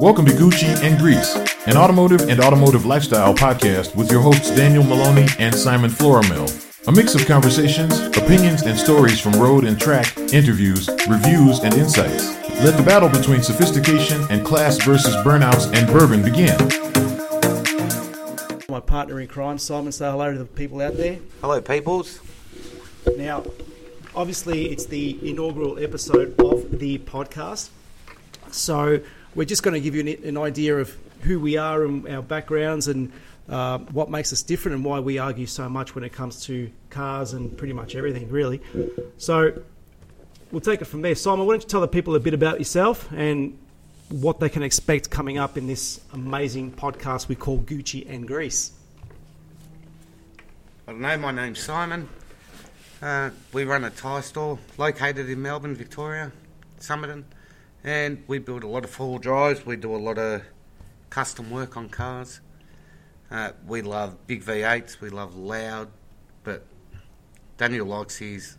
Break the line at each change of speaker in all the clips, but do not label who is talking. Welcome to Gucci and Grease, an automotive and automotive lifestyle podcast with your hosts Daniel Maloney and Simon Floramil. A mix of conversations, opinions, and stories from road and track, interviews, reviews, and insights. Let the battle between sophistication and class versus burnouts and bourbon begin.
My partner in crime, Simon, say hello to the people out there.
Hello, peoples.
Now, obviously, it's the inaugural episode of the podcast. So, we're just going to give you an, an idea of who we are and our backgrounds and uh, what makes us different and why we argue so much when it comes to cars and pretty much everything, really. So, we'll take it from there. Simon, why don't you tell the people a bit about yourself and what they can expect coming up in this amazing podcast we call Gucci and Greece?
I don't know, my name's Simon. Uh, we run a tyre store located in Melbourne, Victoria, Somerton, and we build a lot of four drives. We do a lot of custom work on cars. Uh, we love big V8s, we love loud, but Daniel likes his,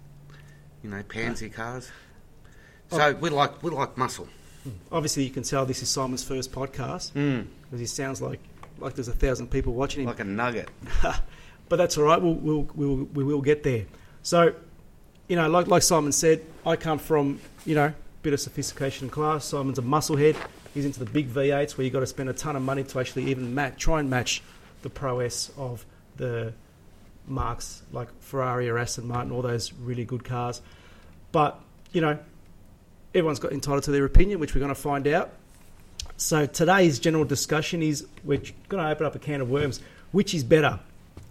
you know, pansy cars. So we like we like muscle.
obviously you can tell this is Simon's first podcast because he sounds like like there's a thousand people watching him.
Like a nugget.
but that's all right. We'll, we'll, we'll, we will get there. So, you know, like like Simon said, I come from you know bit of sophistication and class. Simon's a musclehead. He's into the big V8s where you got to spend a ton of money to actually even match, try and match the prowess of the marks like Ferrari or Aston Martin, all those really good cars. But you know, everyone's got entitled to their opinion, which we're going to find out. So today's general discussion is we're going to open up a can of worms. Which is better,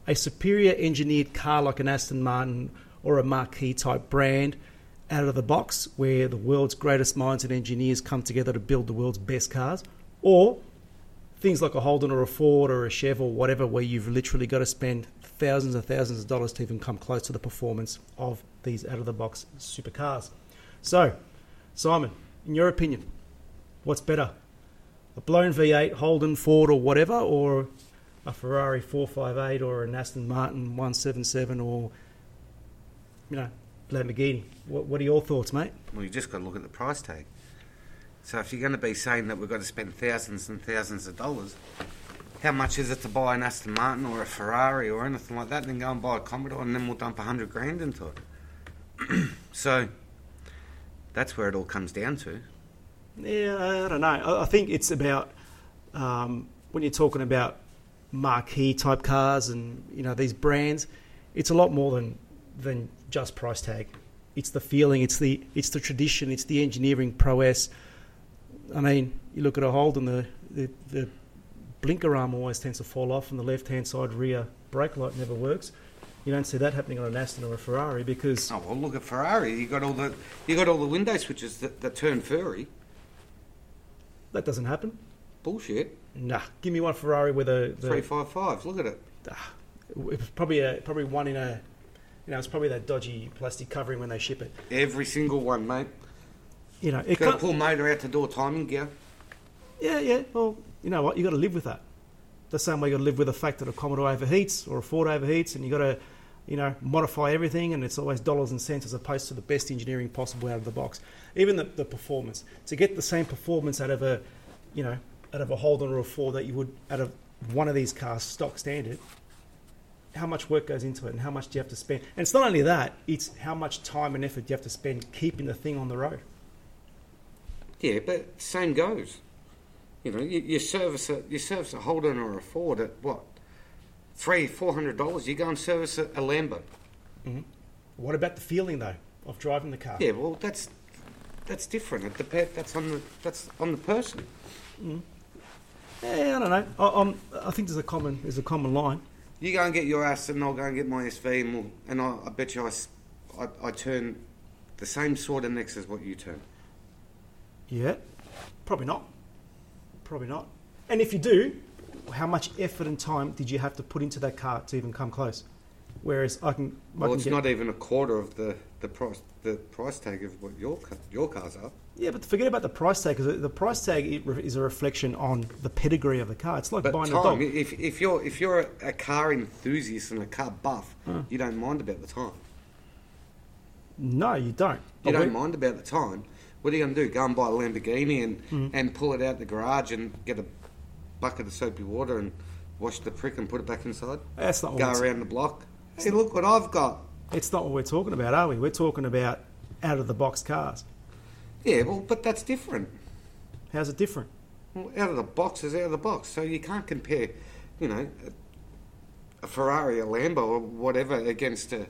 a superior engineered car like an Aston Martin or a marquee type brand out of the box, where the world's greatest minds and engineers come together to build the world's best cars, or things like a Holden or a Ford or a Chev or whatever, where you've literally got to spend thousands and thousands of dollars to even come close to the performance of these out of the box supercars. So, Simon, in your opinion, what's better? A blown V8 Holden Ford or whatever, or a Ferrari 458 or an Aston Martin 177 or, you know, Lamborghini? What, what are your thoughts, mate?
Well, you just got to look at the price tag. So if you're going to be saying that we've got to spend thousands and thousands of dollars, how much is it to buy an Aston Martin or a Ferrari or anything like that, and then go and buy a Commodore, and then we'll dump a hundred grand into it? so that's where it all comes down to.
Yeah, I don't know. I, I think it's about um, when you're talking about marquee type cars and you know these brands. It's a lot more than than just price tag. It's the feeling. It's the it's the tradition. It's the engineering prowess. I mean, you look at a Holden, the the, the blinker arm always tends to fall off, and the left hand side rear brake light never works. You don't see that happening on an Aston or a Ferrari because
Oh well, look at Ferrari. You got all the you got all the window switches that, that turn furry.
that doesn't happen.
Bullshit.
Nah, give me one Ferrari with a the,
Three five five. Look at it.
ah, it was probably a probably one in a you know it's probably that dodgy plastic covering when they ship it
Every single one, mate.
you know it
Got to
can't,
pull motor out the door timing gear.
yeah yeah well you know what you got to live with that the same way you got to live with the fact that a commodore overheats or a ford overheats and you got to you know modify everything and it's always dollars and cents as opposed to the best engineering possible out of the box even the, the performance to get the same performance out of a you know out of a holden or a ford that you would out of one of these cars stock standard how much work goes into it and how much do you have to spend. And it's not only that, it's how much time and effort you have to spend keeping the thing on the road.
Yeah, but same goes. You know, you, you service a you service a Holden or a Ford at what three four hundred dollars. You go and service a, a Lambo.
What about the feeling though of driving the car?
Yeah, well, that's that's different. It depends. That's on the that's on the person.
Yeah, I don't know. I, um, I think there's a common there's a common line.
You go and get your ass, and I'll go and get my SV, and, we'll, and I, I bet you I, s- I- I turn the same sort of necks as what you turn.
Yeah, probably not. Probably not. And if you do, how much effort and time did you have to put into that car to even come close? Whereas I can, I
Well,
can
it's
get-
not even a quarter of the, the price the price tag of what your ca- your cars are.
Yeah, but forget about the price tag because the price tag i- is a reflection on the pedigree of the car. It's like
But
buying a
time,
dog.
if, if you're if you're a, a car enthusiast and a car buff, you don't mind about the time.
No, you don't.
You
But we-
don't mind about the time, What are you going to do? Go and buy a Lamborghini and,
Hmm.
and pull it out the garage and get a bucket of soapy water and wash the prick and put it back inside?
Oh, That's not
Go
what it's,
around the block. Hey, look what I've got.
it's not what we're talking about, are we? We're talking about out of the box cars.
Yeah, well, but that's different.
How's it different?
Well, out of the box is out of the box. So you can't compare, you know, a, a Ferrari, a Lambo, or whatever against a,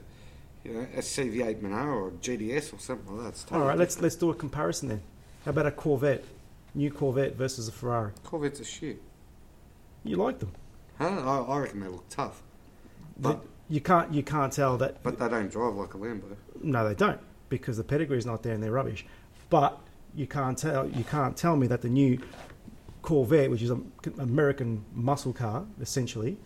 you know, a CV8 Monaro or a GDS or something like that. It's
All
totally
right, let's let's do a comparison then. How about a Corvette, new Corvette versus a Ferrari?
different. Corvettes are shit.
You like them?
Huh? I, I reckon they look tough, but
You can't you can't tell that.
but they don't drive like a Lambo.
no, they don't because the pedigree's not there and they're rubbish. But you can't tell you can't tell me that the new Corvette, which is an American muscle car essentially,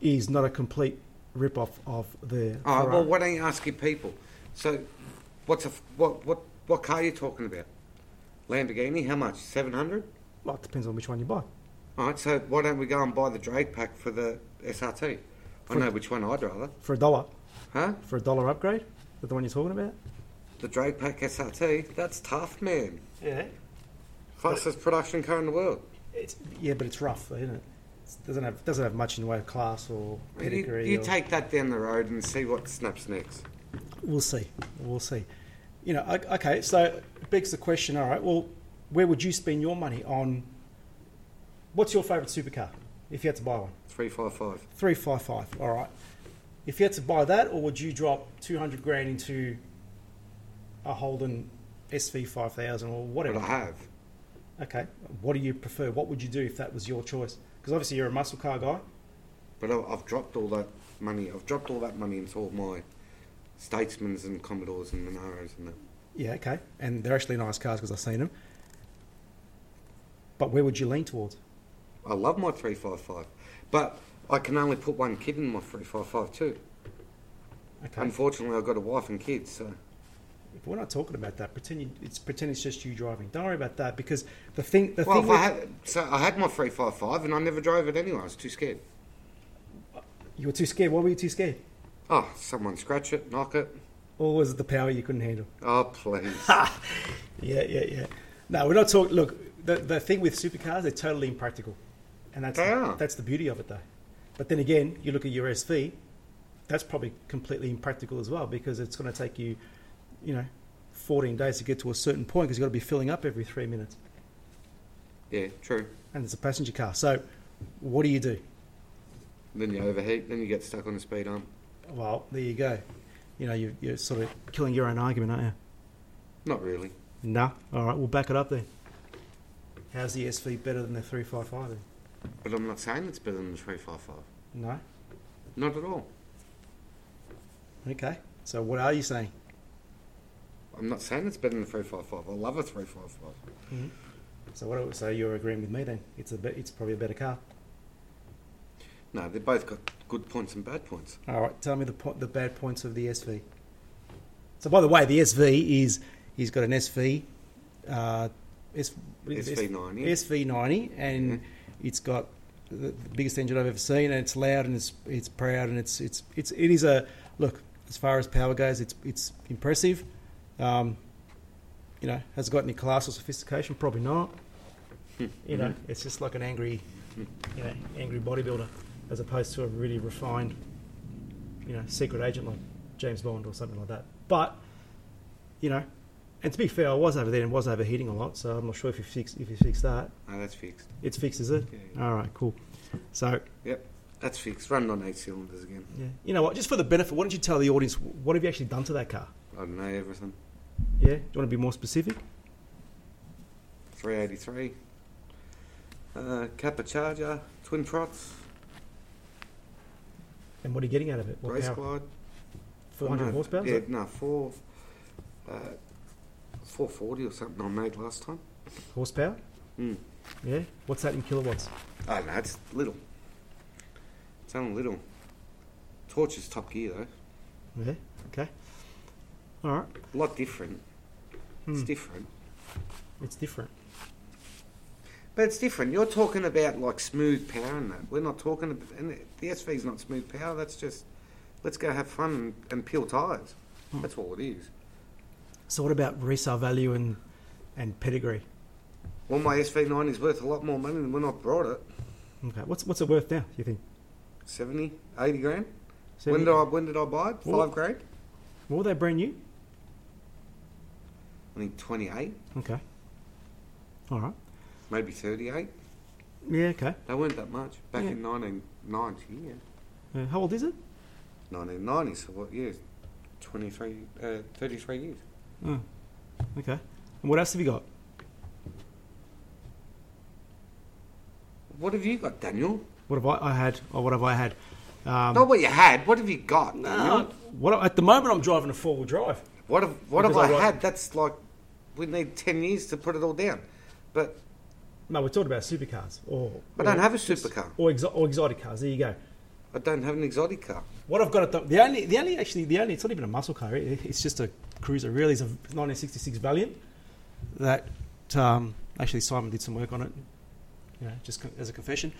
is not a complete rip off of the.
All right.
Ferrari.
Uh, Well, why don't you ask your people? So, what's a f- what what what car are you talking about? Lamborghini? How much? Seven hundred.
Well, it depends on which one you buy.
All right. So why don't we go and buy the Drake pack for the SRT? I know which one I'd rather.
For a dollar,
Huh?
for a dollar upgrade, is that the one you're talking about?
The Drake Pack SRT, that's tough, man.
Yeah.
Fastest production car in the world.
It's, yeah, but it's rough, though, isn't it? It doesn't have doesn't have much in the way of class or
You,
pedigree.
you
or-
take that down the road and see what snaps next.
We'll see. We'll see. You know, o- okay. So it begs the question. All right. Well, where would you spend your money on? What's your favourite supercar? If you had to buy one,
355.
three five five. All right. If you had to buy that, or would you drop two hundred grand into a Holden SV five thousand or
But I
whatever?
have.
Okay. What do you prefer? What would you do if that was your choice? Because obviously you're a muscle car guy.
But I- I've dropped all that money. I've dropped all that money into all my Statesmans and Commodores and Monaros and that.
Yeah. Okay. And they're actually nice cars because I've seen them. But where would you lean towards?
I love my 355. But I can only put one kid in my 355 too.
Okay.
Unfortunately, I've got a wife and kids, so.
If We're not talking about that. Pretend you, it's pretend it's just you driving. Don't worry about that because the thing the
Well,
thing
if I
with-
had, so I had my 355 and I never drove it anyway. I was too scared.
you were too scared. Why were you too scared?
Oh, someone scratch it, knock it.
Or was it the power you couldn't handle?
Oh, please.
Yeah, yeah, yeah. No, we're not talking. Look, the the thing with supercars, they're totally impractical, and that's
They
the,
are.
that's the beauty of it though. But then again, you look at your SV, that's probably completely impractical as well because it's going to take you, you know, 14 days to get to a certain point because you've got to be filling up every three minutes,
Yeah, true.
and it's a passenger car. So, what do you do?
Then you overheat, then you get stuck on the speed arm.
Well, there you go. You know, you're, you're sort of killing your own argument, aren't you?
Not really.
Nah. All right, we'll back it up then. How's the SV better than the 355 then?
But I'm not saying it's better than the 355.
No?
Not at all.
Okay. So what are you saying?
I'm not saying it's better than the 355. I love a 355.
So what? Are, so you're agreeing with me then? It's a bit, It's probably a better car.
No, they both got good points and bad points.
All right. Tell me the po- the bad points of the SV. So by the way, the SV is he's got an SV, uh, S, what is it?
SV90.
SV90, and it's got the, the biggest engine I've ever seen, and it's loud and it's it's proud and it's it's it's it is a look as far as power goes, it's it's impressive. Um, you know, has it got any class or sophistication? Probably not. you know, it's just like an angry, you know, angry bodybuilder, as opposed to a really refined, you know, secret agent like James Bond or something like that. But you know, and to be fair, I was over there and was overheating a lot, so I'm not sure if you fix if you fix that.
No, that's fixed.
It's fixed, is it?
Yeah.
All right, cool. So
Yep, that's fixed. Running on eight cylinders again.
yeah. you know what? Just for the benefit, why don't you tell the audience what have you actually done to that car?
I don't know everything.
Yeah, do you want to be more specific?
383. Uh, Kappa Charger, Twin Trots,
And what are you getting out of it? What
Race
power?
Glide.
400
No,
horsepower. is
Yeah,
it?
no, four, uh, 440 or something I made last time.
Horsepower.
Mm.
Yeah. What's that in kilowatts?
Oh no, it's little. It's only little. Torch is top gear though.
Yeah. Okay. All right.
A lot different. It's
Hmm.
different.
It's different.
But it's different. You're talking about like smooth power and that. We're not talking about and the SV's not smooth power,
Hmm.
that's just let's go have fun and, and peel tires. That's all it is.
So what about resale value and and pedigree?
Well, my SV9 is worth a lot more money than when I brought it.
Okay, what's what's it worth now? You think?
70, 80 grand.
Seventy-
When did I when did I buy it? Five
Well-
grand.
Were they brand new?
I think 28,
Okay. All right.
maybe 38.
Yeah. Okay.
They weren't that much back
Yeah.
in 1990. Yeah,
Uh, how old is it?
1990. So what? Yeah, 23, uh, 33 years.
Oh, okay. And what else have you got?
What have you got, Daniel?
What have I, I had? Or what have I had? Um,
Not what you had. What have you
uh,
got? Daniel?
what I- at the moment I'm driving a four wheel drive.
What have What have
Because I
I,
write-
had? That's like we need 10 years to put it all down. But
No, we're talking about supercars. Or
I
or-
don't have a supercar.
or, exo- or exotic cars. There you go.
I don't have an exotic car.
What I've got at the, the only the only actually the only it's not even a muscle car. It, it's just a cruiser. Really, it's a 1966 Valiant. That um, actually Simon did some work on it. You know, just co- as a confession.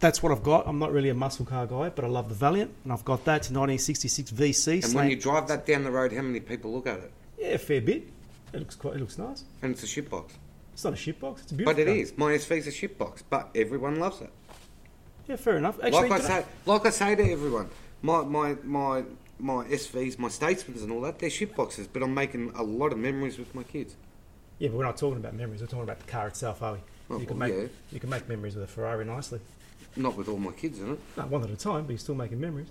That's what I've got. I'm not really a muscle car guy, but I love the Valiant, and I've got that 1966 VC.
And when
slant-
you drive that down the road, how many people look at it?
Yeah, a fair bit. It looks quite. It looks nice.
And it's a shitbox.
It's not a shitbox. It's a beautiful.
But it
car.
is. My SV's a shitbox, but everyone loves it.
Yeah, fair enough. Actually,
like I
did I-
say, like I say to everyone, my my my my SVs, my Statesmans, and all that, they're shitboxes. But I'm making a lot of memories with my kids.
yeah, but we're not talking about memories. We're talking about the car itself, are we?
Well,
you can
well,
make
yeah.
you can make memories with a Ferrari nicely.
Not with all my kids in it.
No, one at a time, but you're still making memories.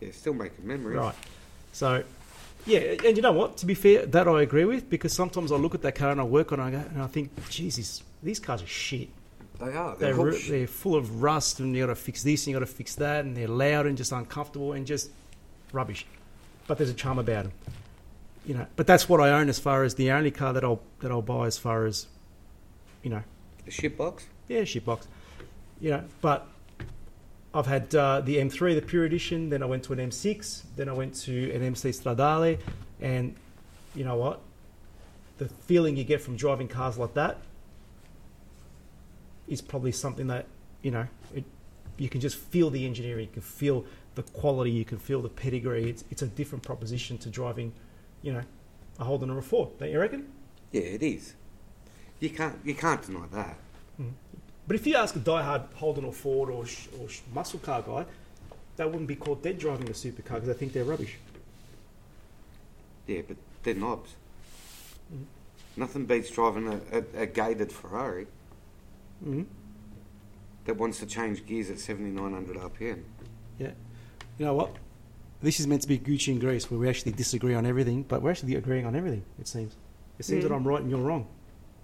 Yeah, still making memories.
Right. So, yeah, and you know what? To be fair, that I agree with because sometimes I look at that car and I work on it and I go, and I think, Jesus, these cars are shit.
They are. Ah, They're,
They're,
all
ru-
shit.
they're full of rust and you got to fix this and you got to fix that and they're loud and just uncomfortable and just rubbish. But there's a charm about them. You know, but that's what I own as far as the only car that I'll that I'll buy as far as, you know,
A shitbox.
yeah, shitbox. You know, but I've had uh, the M3, the Pure Edition, then I went to an M6, then I went to an MC Stradale, and you know what? The feeling you get from driving cars like that is probably something that, you know, it, you can just feel the engineering, you can feel the quality, you can feel the pedigree. It's, it's a different proposition to driving, you know, a Holden or a Ford, don't you reckon?
Yeah, it is. You can't you can't deny that.
But if you ask a diehard Holden or Ford or, sh- or sh- muscle car guy, they wouldn't be caught dead driving a supercar because they think they're rubbish.
Yeah, but they're knobs.
Mm-hmm.
Nothing beats driving a, a, a gated Ferrari
Mm-hmm.
that wants to change gears at 7,900 RPM.
Yeah. You know what? This is meant to be Gucci and Greece where we actually disagree on everything, but we're actually agreeing on everything, it seems. It seems that I'm right and you're wrong.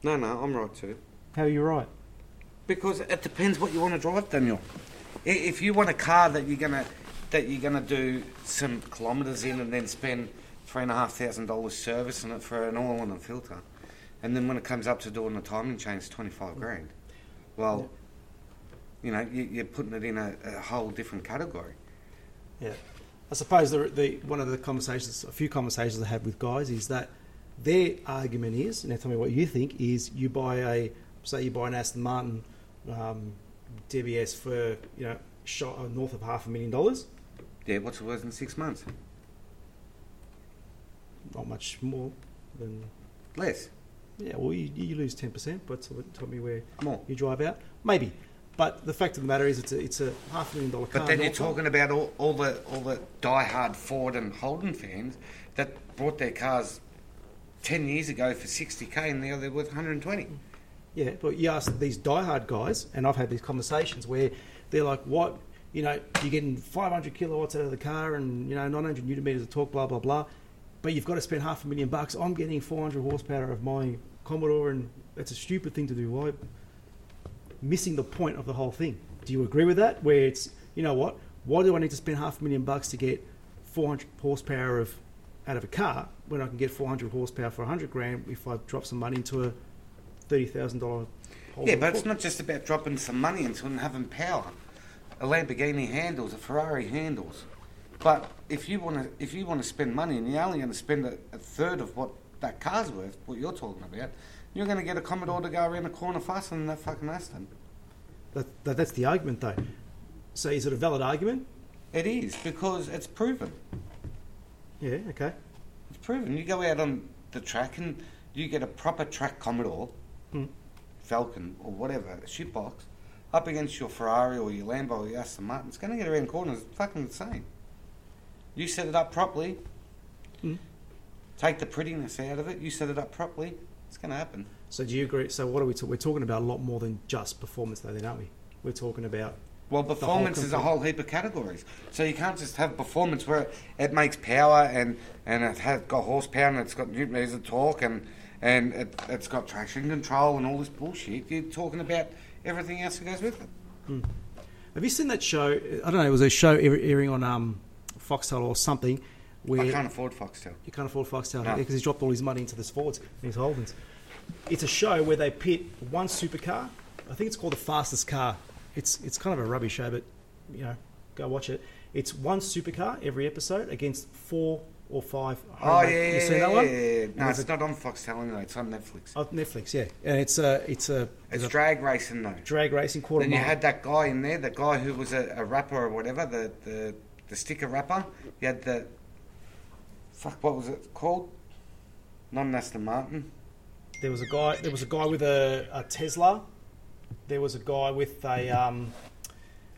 No, no, I'm right too.
How are you right?
Because it depends what you want to drive, Daniel. I- If you want a car that you're gonna that you're gonna do some kilometres in and then spend three and a half thousand dollars servicing it for an oil and a filter, and then when it comes up to doing the timing change, it's twenty five grand. Well, you know, you, you're putting it in a, a whole different category.
Yeah, I suppose the, the one of the conversations, a few conversations I had with guys is that their argument is, now tell me what you think, is you buy a say you buy an Aston Martin um, DBS for you know shot uh, north of half a million dollars,
Yeah, what's it worth in six months?
not much more than
Less,
yeah. Well, you, you lose ten percent, but tell tell me where
more.
you drive out, maybe. But the fact of the matter is, it's a, it's a half a million dollar car.
But then
not
you're
a-
talking about all, all the all the diehard Ford and Holden fans that bought their cars ten years ago for sixty k, and now they're worth one hundred and twenty.
Yeah, but you ask these diehard guys, and I've had these conversations where they're like, "What? You know, you're getting 500 kilowatts out of the car, and you know, 900 newton meters of torque, blah blah blah, but you've got to spend half a million bucks. I'm getting 400 horsepower of my Commodore, and that's a stupid thing to do. Why? Missing the point of the whole thing. Do you agree with that? Where it's, you know what? Why do I need to spend half a million bucks to get 400 horsepower of out of a car when I can get 400 horsepower for 100 grand if I drop some money into a thirty thousand dollar.
Yeah, but it's not just about dropping some money into it and having power. A Lamborghini handles, a Ferrari handles. But if you want to, if you want to spend money, and you're only going to spend a, a third of what that car's worth, what you're talking about, you're going to get a Commodore to go around the corner faster than that fucking Aston.
That, that, that's the argument, though. So is it a valid argument?
It is because it's proven.
Yeah. Okay.
It's proven. You go out on the track and you get a proper track Commodore, Falcon or whatever, a shitbox, up against your Ferrari or your Lambo or your Aston Martin. It's going to get around corners. It's fucking insane. You set it up properly. Take the prettiness out of it. You set it up properly. It's going to happen.
So do you agree? So what are we? Ta- we're talking about a lot more than just performance, though, then, aren't we? We're talking about
Well, performance is a
complete-
whole heap of categories. So you can't just have performance where it makes power and, and it has got horsepower and it's got newton meters of torque and, and it, it's got traction control and all this bullshit. You're talking about everything else that goes with it.
Have you seen that show? I don't know. It was a show air- airing on um, Foxtel or something. Where
I can't afford Foxtel.
you can't afford Foxtel
No.
because he's dropped all his money into the Fords and his Holdens. It's a show where they pit one supercar. I think it's called the fastest car. It's it's kind of a rubbish show, but you know, go watch it. It's one supercar every episode against four or five.
Oh,
homemade-
yeah,
you
yeah,
seen
yeah,
that one?
yeah, yeah.
And
No,
there's
it's not on Foxtel anyway. It's on Netflix.
a, oh, Netflix, yeah, and it's a it's a there's
It's
a
drag racing though.
drag racing quarter
Then you
mile.
had that guy in there, the guy who was a, a rapper or whatever, the, the the sticker rapper. You had the fuck, what was it called? Not an Aston Martin.
There was a guy. There was a guy with a, a Tesla. There was a guy with a um,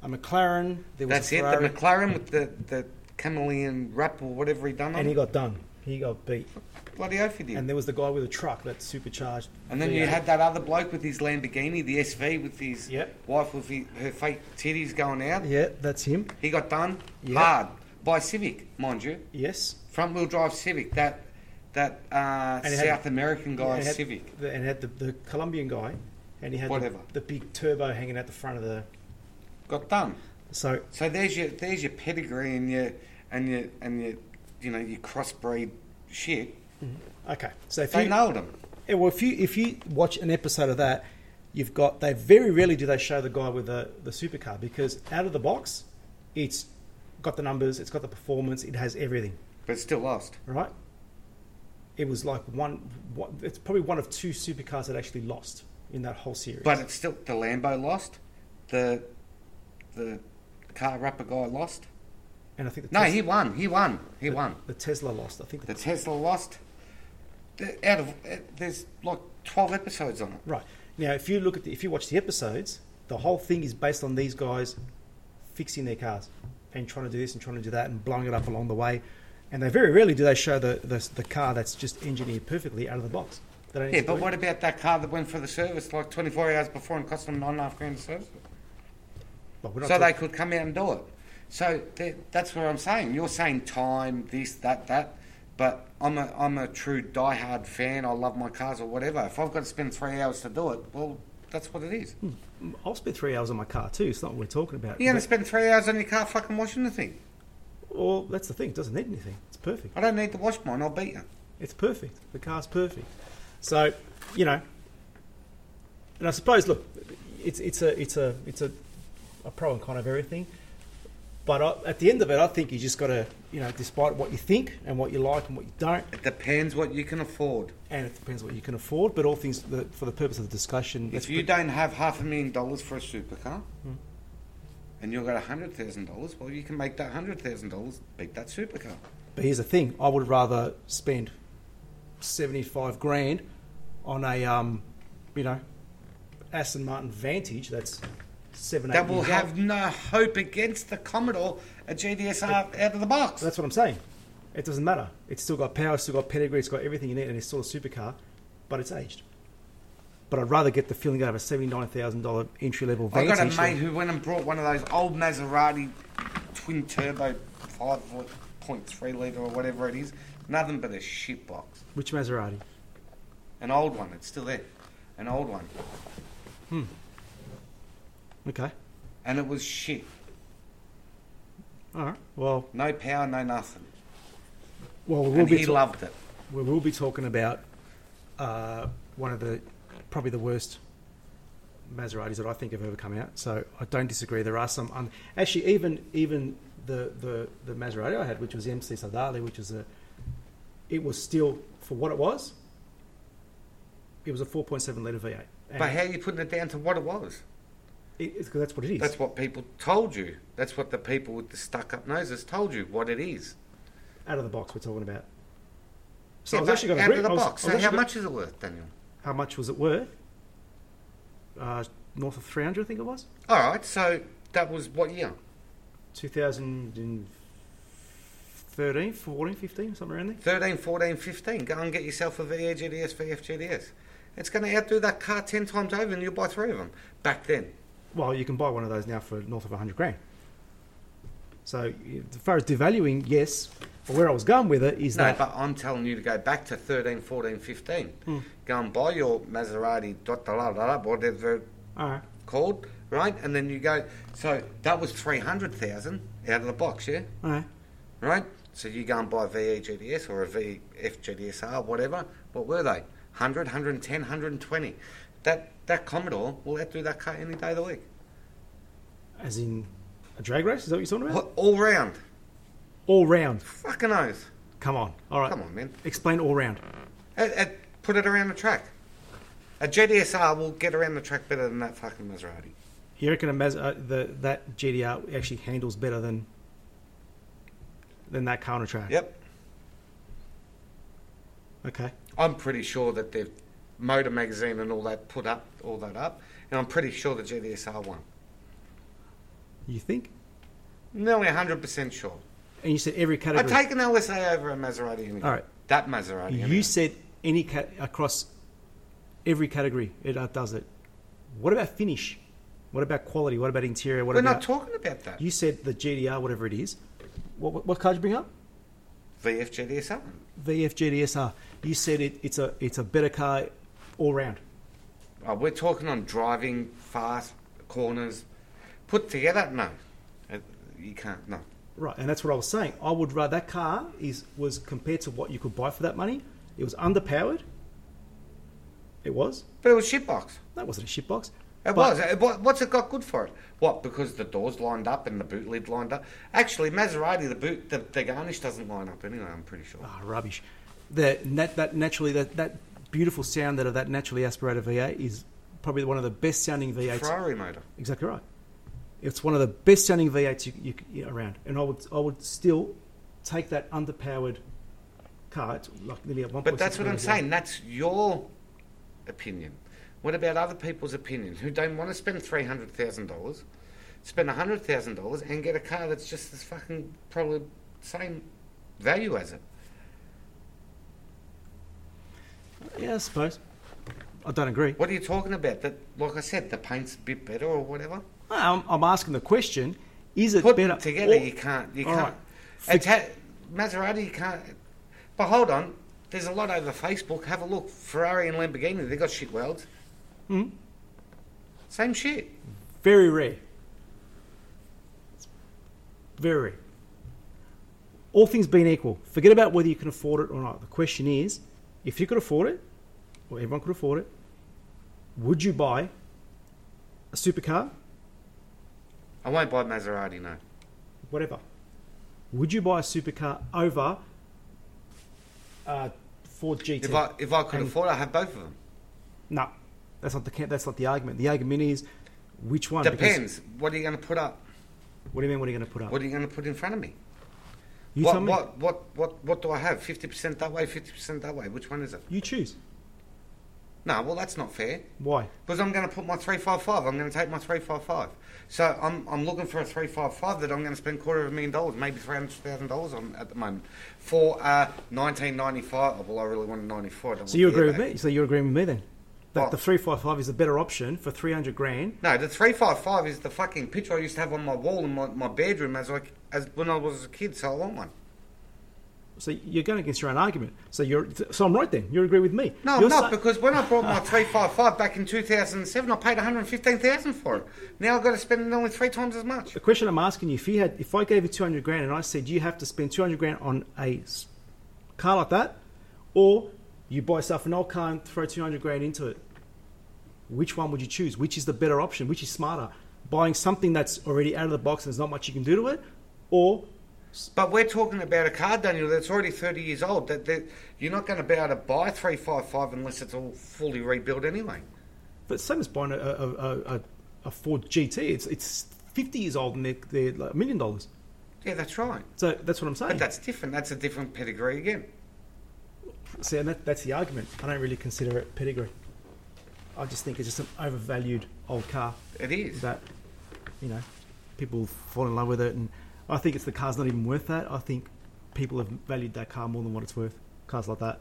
a McLaren. There was
That's
a
it.
Ferrari,
The McLaren with the the chameleon rap or whatever he done on.
and he
it.
got done. He got beat.
bloody oath he did.
And
And,
there was the guy with a truck that supercharged.
then you
V8.
had that other bloke with his Lamborghini, the SV, with his
Yep.
wife with his, her fake titties going out.
Yeah, that's him.
He got done
Yep.
hard by Civic, mind you.
Yes.
front wheel drive Civic, that that uh,
And it had-
South American guy
and had,
Civic.
The, and had the, the Colombian guy, and he had the,
Whatever.
the big turbo hanging out the front of the.
Got done.
So
So there's your there's your pedigree and your and your and your you know your crossbreed shit.
okay, so if
They
you
nailed them.
Yeah, well, if you if you watch an episode of that, you've got they very rarely do they show the guy with the the supercar because out of the box, it's got the numbers, it's got the performance, it has everything,
but still lost.
right? It was like one, one it's probably one of two supercars that actually lost in that whole series.
But it's still the Lambo lost, the the car rapper guy lost.
and I think the
No,
Tesla,
he won. He won. He won.
the Tesla lost. I think the,
The Tesla lost. The- Out of uh, there's like twelve episodes on it.
right now, if you look at the, if you watch the episodes, the whole thing is based on these guys fixing their cars and trying to do this and trying to do that and blowing it up along the way. And they very rarely do they show the, the, the car that's just engineered perfectly out of the box. They don't need
Yeah,
to
but
do
what
it.
about that car that went for the service like 24 hours before and cost them nine and a half grand to service? it?
But we're not
So they
talking-
could come out and do it. So th- that's what I'm saying. You're saying time, this, that, that. But I'm a, I'm a true diehard fan. I love my cars or whatever. If I've got to spend three hours to do it, well, that's what it is.
I'll spend three hours on my car too. It's not what we're talking about.
You're going to
Hmm. But-
spend three hours on your car fucking washing the thing.
well, that's the thing. It doesn't need anything. It's perfect.
I don't need to wash mine. I'll beat you.
It's perfect. The car's perfect. So, you know, and I suppose look, it's it's a it's a it's a, a pro and con of everything. But I, at the end of it, I think you just got to you know, despite what you think and what you like and what you don't,
It depends what you can afford.
and it depends what you can afford. But all things the, for the purpose of the discussion, let's
If you
put-
don't have half a million dollars for a supercar
Hmm.
and you've got $100,000, well, you can make that $100,000 beat that supercar.
But here's the thing: I would rather spend seventy-five grand on a, um, you know, Aston Martin Vantage that's seven,
that
eight
will
years old.
have no hope against the Commodore, a GDSR out of the box.
That's what I'm saying. It doesn't matter. It's still got power, it's still got pedigree, it's got everything you need, and it's still a supercar, but it's aged. But I'd rather get the feeling out of a seventy-nine thousand dollar entry level
I
Vantage.
got a mate
than-
who went and brought one of those old Maserati twin turbo 5.3 litre or whatever it is. Nothing but a shit box.
Which Maserati?
An old one, it's still there. An old one.
Okay,
And it was shit.
all right. Well,
No power, no nothing.
well, we'll
And
be
he
talk-
loved it.
we will be talking about uh, one of the probably the worst Maseratis that I think have ever come out. So I don't disagree. There are some un- actually even even the, the the Maserati I had, which was the MC Sadali, which is a it was still for what it was. It was a 4.7 liter V8. And
But how you putting it down to what it was?
it- it's 'cause that's what it is.
That's what people told you. That's what the people with the stuck up noses told you what it is.
Out of the box, we're talking about. So I was
but
actually going
out
to
of the box.
I was
So how
actually
much is it worth, Daniel?
gonna- How much was it worth? Uh, north of 300, I think it was.
All right, so that was what year?
2013, 14, 15, somewhere around there.
13, 14, 15. Go and get yourself a VA GDS, VF GDS. It's going to outdo that car 10 times over and you'll buy three of them back then.
Well, you can buy one of those now for north of 100 grand. So, y- as far as devaluing, yes. But where I was going with it is
No,
that
but I'm telling you to go back to 13, 14, 15.
Hmm.
Go and buy your Maserati, dot, da, la, da, da, whatever
all right,
called, right? And then you go, so that was 300,000 out of the box, yeah?
all right,
Right? So you go and buy a VE GDS or a VF GDSR, whatever. What were they? 100, 110, 120. That, that Commodore will outdo that car any day of the week.
as in a drag race. Is that what you're talking about?
What, all round.
All round.
Fucking oath.
Come on. All right.
Come on, man.
Explain all round.
And- and put it around the track. A GDSR will get around the track better than that fucking Maserati.
You reckon a Maz- uh, the, that GDR actually handles better than than that counter track?
Yep.
Okay.
I'm pretty sure that they've Motor Magazine and all that put up all that up, and I'm pretty sure the GDSR won.
You think?
Nearly 100% sure.
And you said every
I
category.
take an LSA over a Maserati. Any
All right.
That Maserati.
You
anyway.
said any cat across every category it uh, does it. What about finish? What about quality? What about interior? What
We're
about
not talking about that.
you said the GDR whatever it is. What, what, what car did you bring up?
VF GDSR.
VF GDSR. You said it, it's a it's a better car all round.
Oh, we're talking on driving, fast, corners. Put together? No. Uh, You can't. No.
Right, and that's what I was saying. I would rather that car is was compared to what you could buy for that money. It was underpowered. It was.
But it was shitbox.
That wasn't a shitbox.
It was. It, what, what's it got good for it? What? Because the doors lined up and the boot lid lined up. Actually, Maserati, the boot, the, the garnish doesn't line up anyway. I'm pretty sure.
Ah, rubbish. That that, that naturally that, that beautiful sound that of that naturally aspirated V8 is probably one of the best sounding V8s.
Ferrari motor.
Exactly right. It's one of the best sounding V8s you, you, you around, and I would I would still take that underpowered car. It's like nearly at one.
But that's what I'm saying. That's your opinion. What about other people's opinion who don't want to spend three hundred thousand dollars, spend hundred thousand dollars, and get a car that's just as fucking probably same value as it?
Yeah, I suppose. I don't agree.
What are you talking about? That, like I said, the paint's a bit better or whatever.
I'm, I'm asking the question: Is it
put
better
them together.
or-
you can't. You
all
can't.
right.
It's ha- Maserati. You can't. But hold on. There's a lot over Facebook. Have a look. Ferrari and Lamborghini. They got shit welds. Hmm. Same shit.
Very rare. It's Very rare. All things being equal, forget about whether you can afford it or not. The question is, if you could afford it, or everyone could afford it, would you buy a supercar,
I won't buy Maserati. No.
whatever? Would you buy a supercar over uh, Ford GT?
If I if I could
And-
afford, it, I have both of them.
no, that's not the ca- that's not the argument. The argument is which one? Because-
Depends. What are you going to put up?
what do you mean? What are you going to put up?
What are you going to put in front of me?
you
what,
tell me.
what what what what do I have? Fifty percent that way. Fifty percent that way. Which one is it?
You choose.
No. Well, that's not fair.
Why?
Because I'm going to put my 355. I'm going to take my 355. So I'm, I'm looking for a 355 that I'm going to spend quarter of a million dollars, maybe $300,000 on at the moment for uh, 1995. Oh, well, I really wanted 94. I don't
So
want
you
the
agree with
airbag.
me? So you're agreeing with me then? That
What?
the three five five is a better option for three hundred grand.
No, the 355 is the fucking picture I used to have on my wall in my, my bedroom as like as when I was a kid, so I want one.
So you're going against your own argument. So you're so I'm right then. You agree with me?
No,
You're
I'm not,
sa-
because when I bought my 355 back in 2007, I paid 115000 for it. Now I've got to spend only three times as much.
the question I'm asking you: if you had, if I gave you two hundred grand and I said you have to spend two hundred grand on a s- car like that, or you buy yourself an old car and throw two hundred grand into it, which one would you choose? Which is the better option? Which is smarter? Buying something that's already out of the box and there's not much you can do to it, or
But we're talking about a car, Daniel, that's already 30 years old. That, that You're not going to be able to buy a 355 unless it's all fully rebuilt anyway.
But same as buying a, a, a, a- a Ford GT, it's it's 50 years old and they're, they're like a million dollars.
Yeah, that's right.
So that's what I'm saying.
But that's different. That's a different pedigree again.
See, and that, that's the argument. I don't really consider it pedigree. I just think it's just an overvalued old car
It is.
that, you know, people fall in love with it. And I think it's the car's not even worth that. I think people have valued that car more than what it's worth. Cars like that.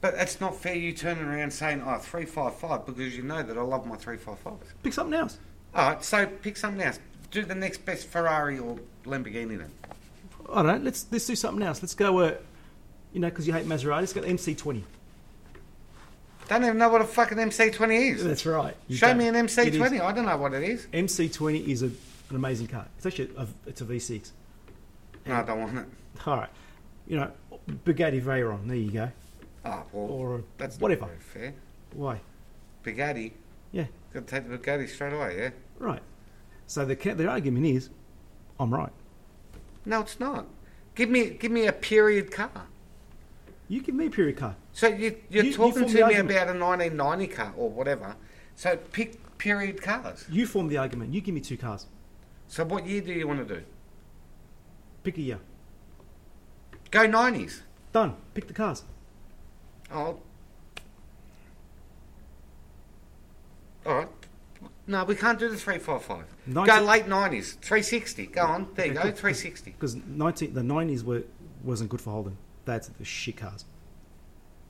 But it's not fair you turning around saying, oh, 355, because you know that I love my 355s.
Pick something else.
All right, so pick something else. Do the next best Ferrari or Lamborghini then.
I don't know. Let's let's do something else. Let's go. Uh, you know, because you hate Maserati, let's go MC20.
Don't even know what a fucking MC20 is.
That's right. You
Show
don't.
me an
It is-
MC20. I don't know what it is.
MC20 is a, an amazing car. It's actually a, it's a V6.
No, I don't want it.
All right, you know, Bugatti Veyron. There you go.
Oh, well,
Or
that's not
whatever.
very fair.
Why?
Bugatti.
Yeah.
Got to take the Bugatti straight away, yeah?
Right. So the ca- the argument is, I'm right.
No, it's not. Give me, give me a period car.
You give me a period car.
So you, you're
You- you
talking
form
to
the
me
argument.
about a 1990 car or whatever. So pick period cars.
You form the argument. You give me two cars.
So what year do you want to do?
Pick a year.
Go 90s.
Done. Pick the cars.
Oh. All right. No, we can't do the 345. Go
Ninety-
late 90s. 360. Go on. There you
Okay,
go.
cool.
360.
Because 19 the 90s were wasn't good for Holden. That's the shit cars.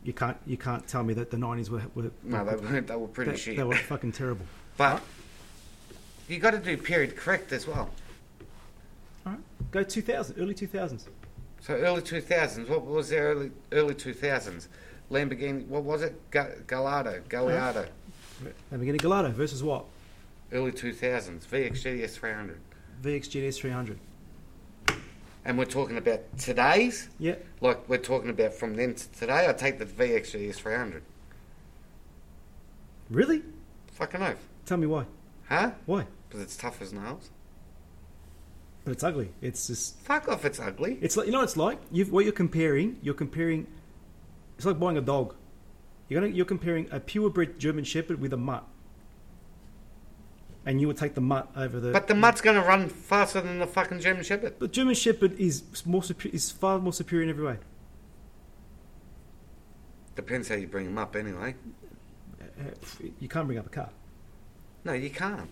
You can't you can't tell me that the 90s were were
No, they weren't. They were pretty
they-
shit.
they were fucking terrible.
But you got to do period correct as well.
All right. Go 2000, early 2000s.
So early 2000s. What was their early, early 2000s? Lamborghini. What was it? Ga- Gallardo. Gallardo.
Lamborghini Gallardo versus what?
Early 2000s. VXGS 300.
VX GTS 300.
And we're talking about today's?
Yeah.
Like we're talking about from then to today, I take the VXGS 300.
Really?
Fucking oath.
Tell me why.
Huh?
Why?
Because it's tough as nails.
But it's ugly. It's just.
Fuck off, it's ugly.
It's like you know what it's like. You've, what you're comparing, you're comparing. It's like buying a dog. You're gonna, you're comparing a purebred German Shepherd with a mutt. And you would take the mutt over the.
But the mutt's going to run faster than the fucking German Shepherd.
But German Shepherd is more superior. Is far more superior in every way.
Depends how you bring him up, anyway.
Uh, uh, You can't bring up a car.
No, you can't.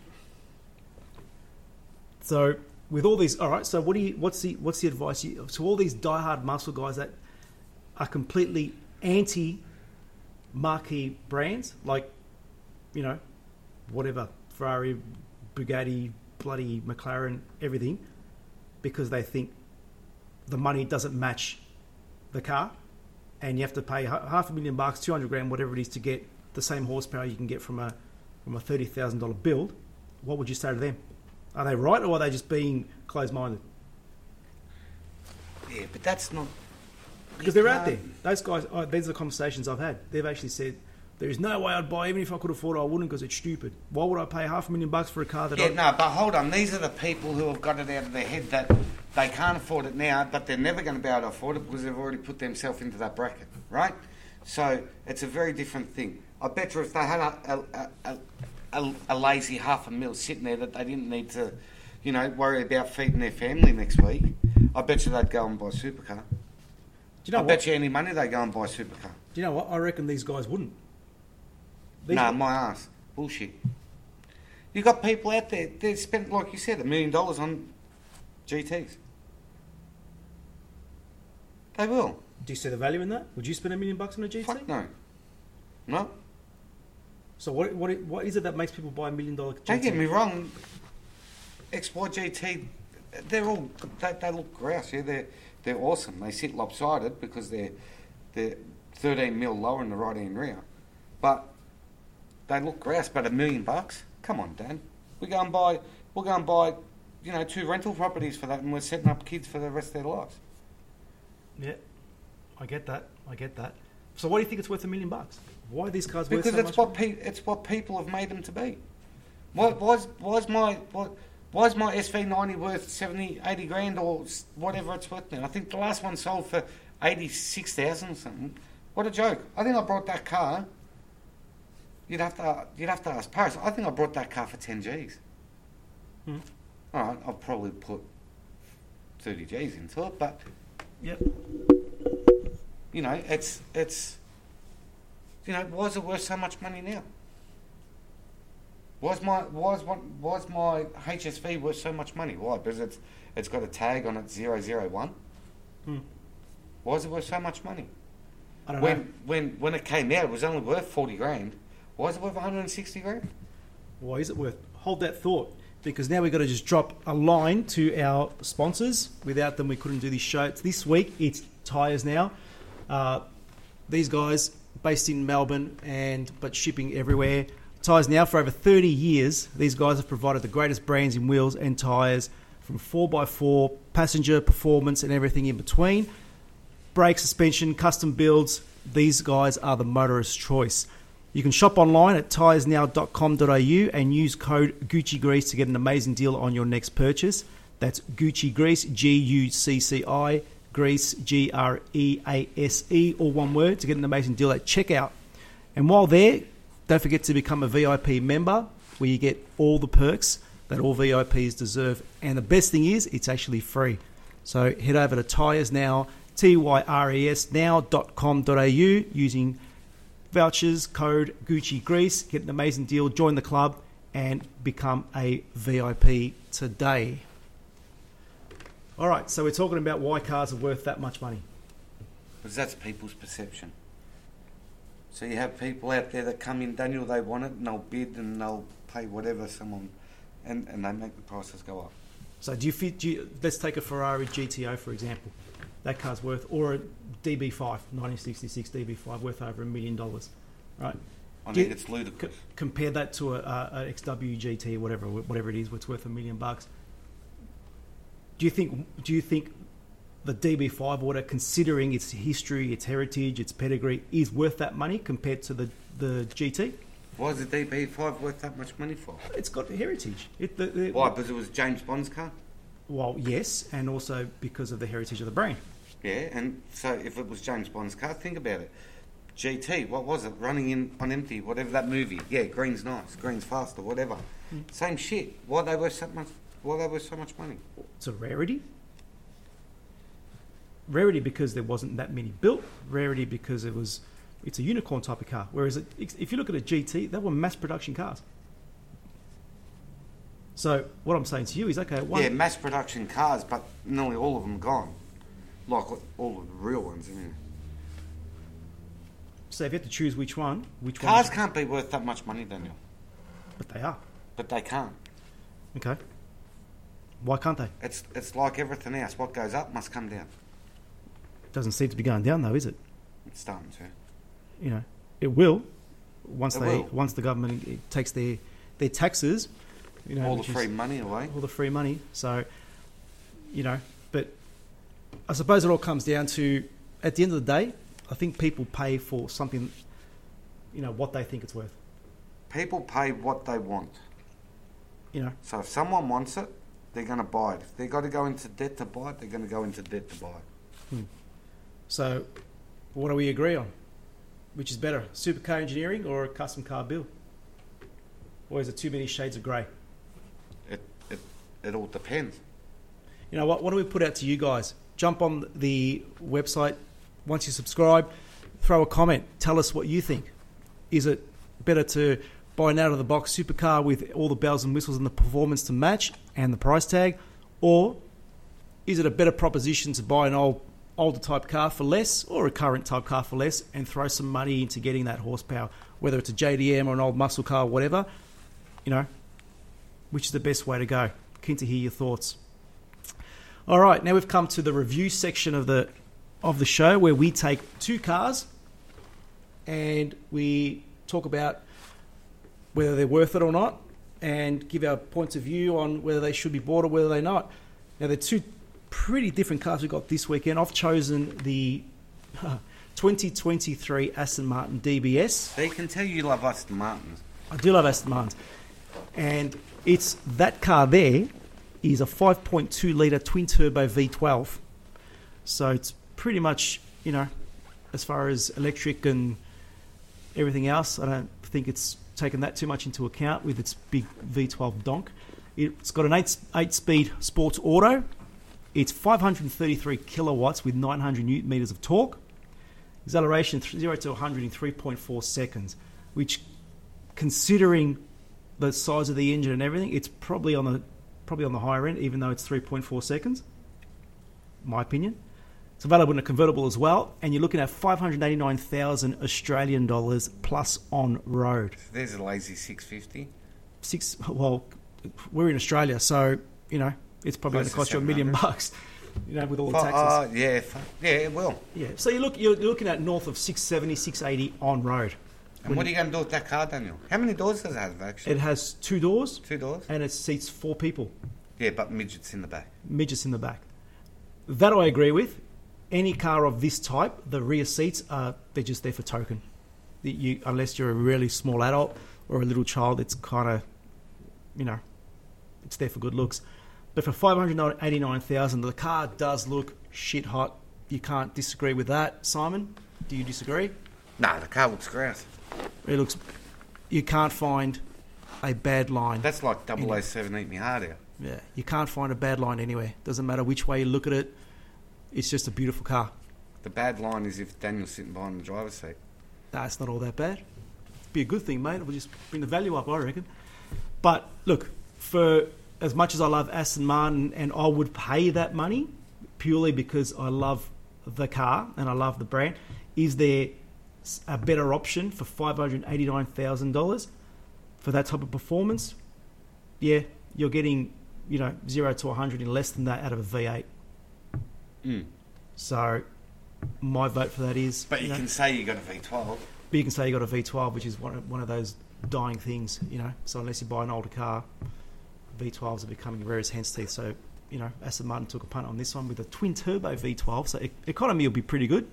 So with all these, all right. So what do you? What's the what's the advice you, to all these diehard muscle guys that are completely anti marquee brands like, you know, whatever Ferrari, Bugatti, bloody McLaren, everything, because they think the money doesn't match the car, and you have to pay ha- half a million bucks, two hundred grand, whatever it is, to get the same horsepower you can get from a from a thirty thousand dollar build. What would you say to them? Are they right or are they just being closed minded?
Yeah, but that's not.
Because they're out there.
uh,
Those guys, oh, these are the conversations I've had. They've actually said, there is no way I'd buy, even if I could afford it, I wouldn't because it's stupid. Why would I pay half a million bucks for a car that
Yeah,
I.
no, but hold on. These are the people who have got it out of their head that they can't afford it now, but they're never going to be able to afford it because they've already put themselves into that bracket, right? So it's a very different thing. I bet you if they had a, a, a, a, a lazy half a mil sitting there that they didn't need to, you know, worry about feeding their family next week, I bet you they'd go and buy a supercar.
Do you know what?
I bet you any money they go and buy a supercar.
Do you know what? I reckon these guys wouldn't.
No,
These-
nah, my ass. Bullshit. You got people out there they spent, like you said, a million dollars on GTs. They will.
Do you see the value in that? Would you spend a million bucks on a GT?
Fuck no. No.
So what, what, what is it that makes people buy a million dollar GT?
Don't get me wrong. XY GT, they're all they, they look grouse. Yeah, they're they're awesome. They sit lopsided because they're they're 13 mil lower in the right hand rear, but they look grouse. But a million bucks? Come on, Dan. We go and buy we'll go and buy you know two rental properties for that, and we're setting up kids for the rest of their lives.
Yeah, I get that. I get that. So why do you think it's worth a million bucks? Why are these cars worth
Because
so
it's
much?
what pe- it's what people have made them to be. Why why's why's my why, why's my SV90 worth 70, 80 grand or s- whatever it's worth now? I think the last one sold for eighty six thousand something. What a joke! I think I brought that car. You'd have to you'd have to ask Paris. I think I brought that car for ten G's.
Hmm.
All right, I'll probably put thirty G's into it, but
Yep.
You know, it's it's. You know, why is it worth so much money now? Why's my why's what why's my HSV worth so much money? Why? Because it's it's got a tag on it 001.
Hmm.
Why is it worth so much money?
I don't know.
When when when it came out, it was only worth forty grand. Why is it worth one hundred and sixty grand?
Why is it worth? Hold that thought because now we've got to just drop a line to our sponsors. Without them, we couldn't do this show. It's this week. It's tires now. Uh, these guys based in Melbourne and but shipping everywhere. Tires now for over 30 years. These guys have provided the greatest brands in wheels and tires from 4x4, passenger performance and everything in between brake, suspension, custom builds, these guys are the motorist's choice. You can shop online at tiresnow.com.au and use code Gucci Grease to get an amazing deal on your next purchase. That's Gucci Grease, G U C C I, Grease, G R E A S E, all one word, to get an amazing deal at checkout. And while there, don't forget to become a VIP member where you get all the perks that all VIPs deserve. And the best thing is, it's actually free. So head over to Tyres Now, T Y R E S now.com.au using vouchers, code Gucci Grease. Get an amazing deal, join the club, and become a VIP today. All right, so we're talking about why cars are worth that much money.
Because that's people's perception. So you have people out there that come in, Daniel, they want it, and they'll bid and they'll pay whatever someone, and, and they make the prices go up.
So do you, fit, do you let's take a Ferrari GTO for example. That car's worth or a DB5 1966 DB5 worth over a million dollars, right?
I
Do you-
mean, it's ludicrous.
C- compare that to a, a, a XWGT, whatever, whatever it is, what's worth a million bucks. Do you think? Do you think the DB5 order, considering its history, its heritage, its pedigree, is worth that money compared to the the GT?
Why is the DB5 worth that much money for?
It's got heritage. It, the, the,
Why? Because it was James Bond's car?
Well, yes, and also because of the heritage of the brand.
Yeah, and so if it was James Bond's car, think about it. GT, what was it? Running in on empty, whatever that movie. Yeah, green's nice, green's fast, or whatever. Same shit. Why they worth so much? Why they worth so much money?
It's a rarity. Rarity because there wasn't that many built. Rarity because it was, it's a unicorn type of car. Whereas it, if you look at a GT, they were mass production cars. So what I'm saying to you is, okay, one,
Yeah, mass production cars, but nearly all of them gone. Like all of the real ones. I mean,
so if you had to choose which one, which one?
cars can't be worth that much money, Daniel.
But they are.
But they can't.
Okay. Why can't they?
It's it's like everything else. What goes up must come down.
Doesn't seem to be going down though, is it?
It's starting to.
you know, it will once
It
they
will.
once the government uh, takes their their taxes, you know,
All the
which is-
free money away.
all the free money. So, you know, but I suppose it all comes down to at the end of the day, I think people pay for something, you know, what they think it's worth.
People pay what they want.
You know,
So if someone wants it, they're going to buy it. If they've got to go into debt to buy it, they're going to go into debt to buy it.
so what do we agree on? Which is better, supercar engineering or a custom car build? Or is it too many shades of grey?
It, it, it all depends.
you know what? What do we put out to you guys? Jump on the website. Once you subscribe, throw a comment. Tell us what you think. Is it better to buy an out of the box supercar with all the bells and whistles and the performance to match and the price tag, or is it a better proposition to buy an old older type car for less or a current type car for less and throw some money into getting that horsepower, whether it's a JDM or an old muscle car, whatever? You know, which is the best way to go? Keen to hear your thoughts. All right, now we've come to the review section of the of the show where we take two cars and we talk about whether they're worth it or not and give our points of view on whether they should be bought or whether they're not. Now they're two pretty different cars we've got this weekend. I've chosen the 2023 Aston Martin DBS.
They can tell you love Aston Martins.
I do love Aston Martins. And it's that car there is a 5.2 litre twin turbo V12. So it's pretty much, you know, as far as electric and everything else, I don't think it's taken that too much into account with its big V12 donk. It's got an 8, eight speed sports auto. It's 533 kilowatts with 900 newton meters of torque. acceleration th- 0 to 100 in 3.4 seconds, which, considering the size of the engine and everything, it's probably on the probably on the higher end, even though it's 3.4 seconds. My opinion. It's available in a convertible as well, and you're looking at 589,000 Australian dollars plus on road.
There's a lazy 650.
Six. Well, we're in Australia, so you know it's probably going
Close
to cost you
to
a million
700.
bucks. You know, with all the
Oh,
taxes.
oh, yeah, fu- yeah, it will.
Yeah, so you look, you're looking at north of 670, 680 on road.
And what are you going to do with that car, Daniel? How many doors does it have, actually?
It has two doors
Two doors?
and it seats four people,
Yeah, but midgets in the back.
midgets in the back. That I agree with. Any car of this type, the rear seats are they're just there for token. That You, unless you're a really small adult or a little child, it's kind of, you know, it's there for good looks. But for five hundred eighty-nine thousand, the car does look shit hot. You can't disagree with that, Simon. Do you disagree?
Nah, the car looks grouse.
It looks. You can't find a bad line.
That's like 007 Eat Me Hard Here.
yeah, you can't find a bad line anywhere. Doesn't matter which way you look at it. It's just a beautiful car.
The bad line is if Daniel's sitting behind the driver's seat.
That's not all that bad. Be a good thing, mate. It will just bring the value up, I reckon. But look, for as much as I love Aston Martin, and I would pay that money purely because I love the car and I love the brand. Is there s- a better option for five hundred eighty-nine thousand dollars for that type of performance? Yeah, you're getting you know zero to one hundred in less than that out of a V8.
Mm.
So, my vote for that is.
But you
know,
can say you got a V12.
but you can say you got a V12, which is one of, one of those dying things, you know. So unless you buy an older car, V12s are becoming rare as hen's teeth. So you know, Aston Martin took a punt on this one with a twin turbo V12. So e- economy will be pretty good,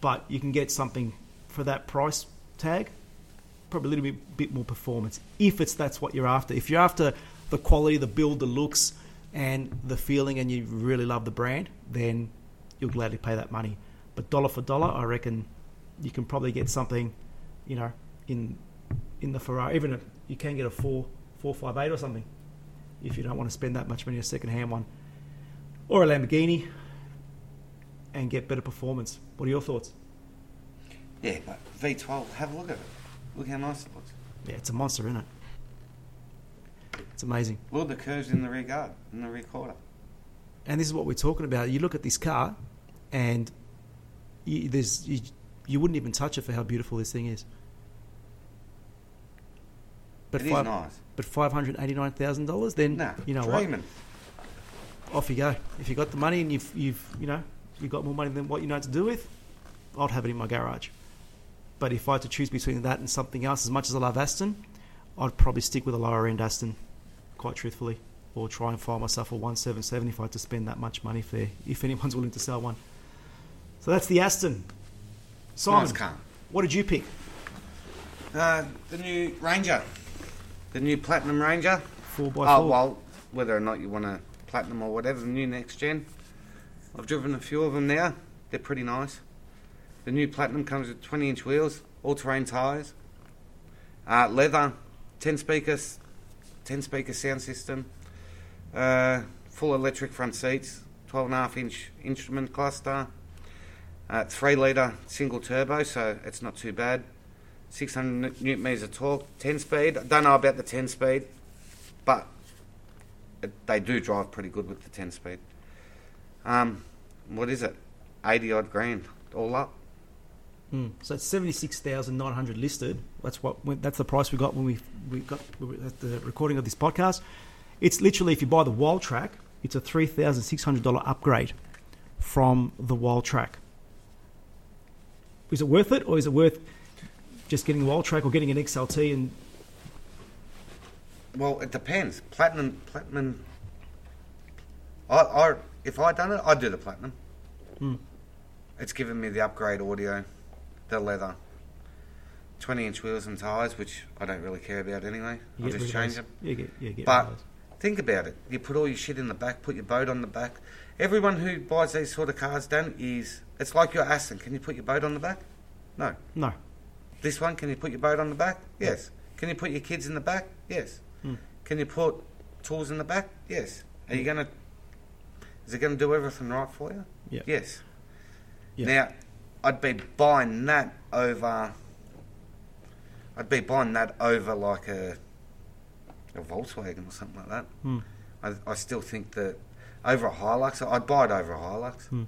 but you can get something for that price tag, probably a little bit, bit more performance if it's that's what you're after. If you're after the quality, the build, the looks, and the feeling, and you really love the brand, then you'll gladly pay that money. But dollar for dollar, I reckon you can probably get something, you know, in in the Ferrari. Even a, you can get a four four five eight or something if you don't want to spend that much money on a second hand one, or a Lamborghini, and get better performance. What are your thoughts?
Yeah, but V12, have a look at it. Look how nice it looks.
Yeah, it's a monster, isn't it? It's amazing.
Look at the curves in the rear guard, in the rear quarter.
and this is what we're talking about. You look at this car, and you, there's you, you wouldn't even touch it for how beautiful this thing is. But
It is
five,
nice.
but five hundred eighty nine thousand dollars. Then
Nah,
you know
dreaming.
what? Off you go. If you got the money and you've you've you know you got more money than what you know what to do with, I'd have it in my garage. But if I had to choose between that and something else, as much as I love Aston, I'd probably stick with a lower end Aston, quite truthfully, or try and find myself a 177 if I had to spend that much money for, if anyone's willing to sell one. So that's the Aston. Simon,
Nice car.
what did you pick?
Uh, the new Ranger. The new Platinum Ranger.
Four by
Oh,
four.
well, whether or not you want a Platinum or whatever, the new next gen. I've driven a few of them now. They're pretty nice. The new Platinum comes with 20 inch wheels, all terrain tyres, uh, leather, 10 speakers, 10 speaker sound system, uh, full electric front seats, 12.5 inch instrument cluster, uh, 3 litre single turbo, so it's not too bad. 600 newton meters of torque, 10 speed. I don't know about the 10 speed, but it- they do drive pretty good with the 10 speed. Um, what is it? 80 odd grand all up. Hmm.
Mm. So it's seventy six thousand nine hundred listed. That's what when- that's the price we got when we we got we were at the recording of this podcast. It's literally if you buy the wild track, it's a three thousand six hundred dollar upgrade from the wild track. Is it worth it, or is it worth just getting the wild track or getting an XLT? And
Well, it depends. Platinum, platinum. I, I, if I done it, I'd do the platinum.
Hmm.
It's given me the upgrade audio, the leather, twenty-inch wheels and tires, which I don't really care about anyway.
you
I'll
get
just
rid of
change
those.
them.
Yeah, get, yeah, get rid of
But
those.
think about it. You put all your shit in the back, put your boat on the back. Everyone who buys these sort of cars done is it's like your Aston. Can you put your boat on the back? No.
no,
This one, can you put your boat on the back? Yes. Can you put your kids in the back? Yes. Can you put tools in the back? Yes. Are you gonna is it gonna do everything right for you?
Yeah.
Yes.
Yeah.
Now I'd be buying that over. I'd be buying that over like a a Volkswagen or something like that. I, I still think that over a Hilux, I'd buy it over a Hilux.